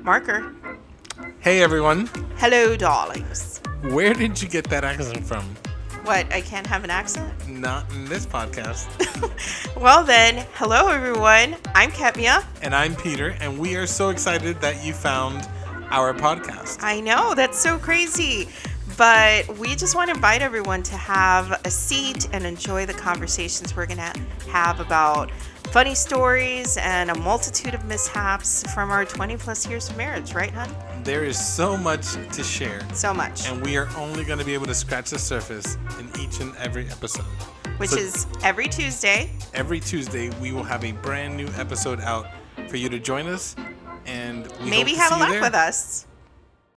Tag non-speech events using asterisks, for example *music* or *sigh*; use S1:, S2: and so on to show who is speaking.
S1: Marker.
S2: Hey everyone,
S1: Hello, darlings.
S2: where did you get that accent from?
S1: What, I can't have an accent?
S2: Not in this podcast. *laughs*
S1: Well, then, hello, everyone. I'm Ketmia.
S2: And I'm Peter, and we are so excited that you found our podcast.
S1: I know, that's so crazy. But we just want to invite everyone to have a seat and enjoy the conversations we're going to have about funny stories and a multitude of mishaps from our 20 plus years of marriage, right, hon?
S2: There is so much to share,
S1: So much,
S2: and we are only going to be able to scratch the surface in each and every episode.
S1: which
S2: so-
S1: is every Tuesday.
S2: Every Tuesday, we will have a brand new episode out for you to join us, and we
S1: Maybe
S2: hope to
S1: have a
S2: see you
S1: laugh
S2: there.
S1: with us.